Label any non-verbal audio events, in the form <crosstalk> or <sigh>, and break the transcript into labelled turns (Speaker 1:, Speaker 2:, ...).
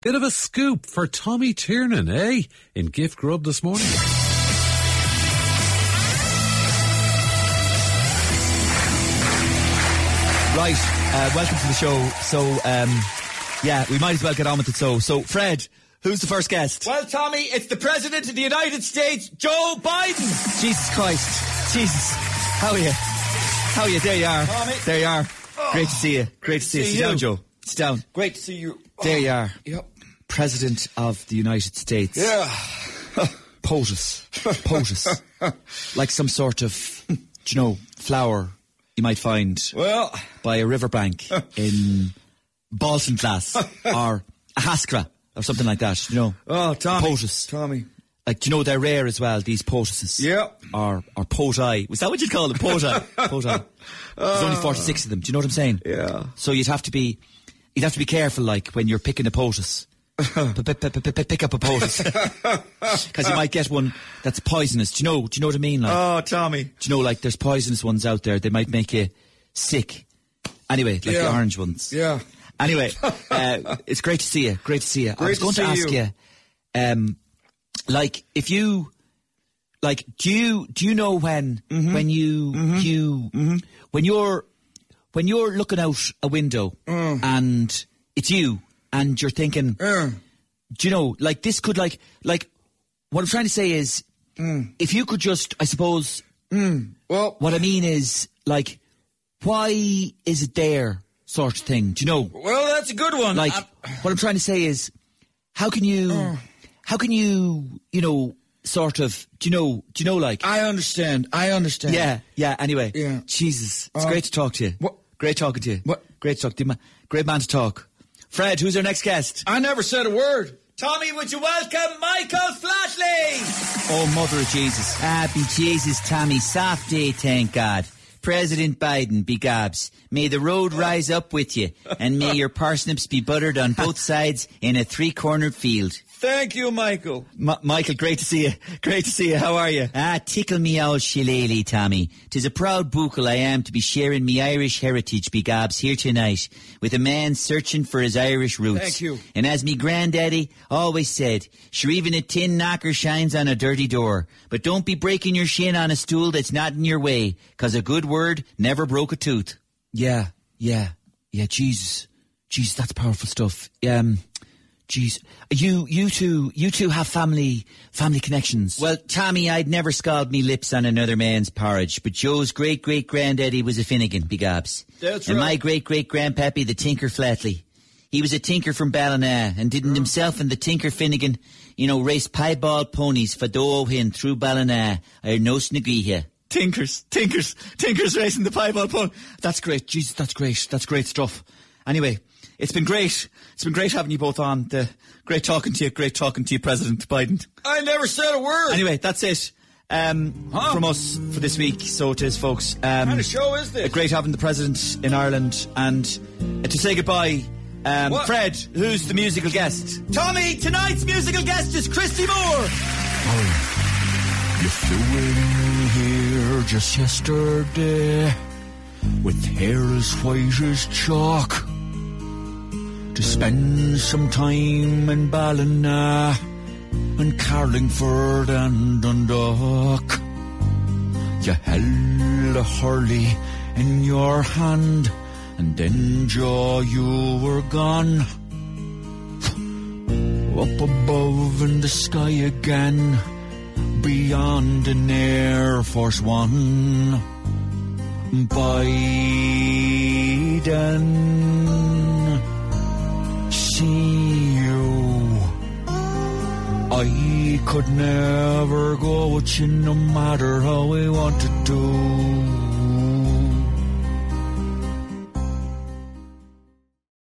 Speaker 1: Bit of a scoop for Tommy Tiernan, eh? In Gift Grub this morning.
Speaker 2: Right, uh, welcome to the show. So, um, yeah, we might as well get on with it. So, so Fred, who's the first guest?
Speaker 3: Well, Tommy, it's the President of the United States, Joe Biden.
Speaker 2: Jesus Christ, Jesus, how are you? How are you? There you are.
Speaker 3: Tommy.
Speaker 2: There you are. Great to see you. Great to see you.
Speaker 3: Oh, see
Speaker 2: Sit down,
Speaker 3: you.
Speaker 2: Joe. Sit down.
Speaker 3: Great to see you.
Speaker 2: There you are.
Speaker 3: Yep.
Speaker 2: President of the United States.
Speaker 3: Yeah.
Speaker 2: POTUS.
Speaker 3: <laughs>
Speaker 2: POTUS. like some sort of, do you know, flower you might find
Speaker 3: Well,
Speaker 2: by a
Speaker 3: <laughs>
Speaker 2: riverbank in Balsinglass or Ahaskra or something like that, you know.
Speaker 3: oh, Tommy.
Speaker 2: POTUS.
Speaker 3: Tommy.
Speaker 2: Like, do you know they're rare as well, these potuses?
Speaker 3: Yeah.
Speaker 2: Or, or poti. Was that what you'd call them? Poti. poti. There's only 46 of them. Do you know what I'm saying?
Speaker 3: Yeah.
Speaker 2: So you'd have to be, you'd have to be careful, like, when you're picking a potus. P- p- p- p- p- Pick up a <laughs>
Speaker 3: <laughs>
Speaker 2: potus. Because you might get one that's poisonous. Do you know, do you know what I mean? Like,
Speaker 3: Oh, Tommy.
Speaker 2: do you know, like, there's poisonous ones out there. They might make you sick. Anyway, like the
Speaker 3: Yeah.
Speaker 2: orange ones.
Speaker 3: Yeah. <laughs>
Speaker 2: Anyway, uh, it's great to see you. Great to see you. I
Speaker 3: Great
Speaker 2: was
Speaker 3: to
Speaker 2: going to,
Speaker 3: see
Speaker 2: ask you.
Speaker 3: you.
Speaker 2: um, like, if you, like, do you do you know when
Speaker 3: Mm-hmm.
Speaker 2: when you you when you're when you're looking out a window
Speaker 3: Mm.
Speaker 2: and it's you and you're thinking,
Speaker 3: Uh. Hmm.
Speaker 2: do you know, like this could like like what I'm trying to say is,
Speaker 3: Mm.
Speaker 2: if you could just, I suppose,
Speaker 3: Well,
Speaker 2: what I mean is like, why is it there? Sort of thing, do you know?
Speaker 3: well, that's a good one.
Speaker 2: like
Speaker 3: I'm-
Speaker 2: what I'm trying to say is, how can you,
Speaker 3: Uh.
Speaker 2: how can you, you know, sort of, do you know, do you know, like,
Speaker 3: I understand. I understand.
Speaker 2: yeah, yeah. Anyway,
Speaker 3: Ah. Yeah. Uh,
Speaker 2: Jesus, it's great to talk to you.
Speaker 3: What-
Speaker 2: Great talking to you.
Speaker 3: What-
Speaker 2: Great to talk to you. ma- Great man to talk. Fred, who's our next guest?
Speaker 3: I never said a word. Tommy, would you welcome Michael Flatley?
Speaker 2: Oh, mother of Jesus. Happy Jesus, Tommy. Soft day, thank God. President Biden, be gobs. May the road rise up with you, and may your parsnips be buttered on both sides in a three-cornered field.
Speaker 3: Thank you, Michael.
Speaker 2: M- Michael, great to see you. Great to see you. How are you? Ah, tickle me old shillelagh, Tommy. Tis a proud buckle I am to be sharing me Irish heritage, begobs, here tonight with a man searching for his Irish roots.
Speaker 3: Thank you.
Speaker 2: And as me granddaddy always said, sure even a tin knocker shines on a dirty door. But don't be breaking your shin on a stool that's not in your way, 'cause a good word never broke a tooth. Yeah, yeah, yeah. Jesus, Jesus, that's powerful stuff. Um, Jeez, you you two you two have family family connections. Well, Tommy, I'd never scald me lips on another man's porridge, but Joe's great great granddaddy was a Finnegan, begobs.
Speaker 3: That's
Speaker 2: And
Speaker 3: right.
Speaker 2: my great great grandpappy, the Tinker Flatley, he was a tinker from Ballina, and didn't himself and the Tinker Finnegan, you know, race piebald ponies for Dohin through Ballina. I no sniggy here. Tinkers, tinkers, tinkers racing the piebald pony. That's great, Jesus, that's great, that's great stuff. Anyway, it's been great. It's been great having you both on. The great talking to you, great talking to you, President Biden.
Speaker 3: I never said a word.
Speaker 2: Anyway, that's it um,
Speaker 3: Huh?
Speaker 2: from us for this week. So it is, folks. Um,
Speaker 3: What kind of show is this?
Speaker 2: uh, great having the president in Ireland and uh, to say goodbye. Um,
Speaker 3: What?
Speaker 2: Fred, who's the musical guest? Tommy, tonight's musical guest is Christy Moore.
Speaker 4: You flew in here just yesterday with hair as white as chalk to spend some time in Ballina and Carlingford and Dundalk. You held a hurley in your hand and then jaw you were gone. Up above in the sky again beyond an Air Force One. Biden, see you. I could never go with you no matter how I wanted to.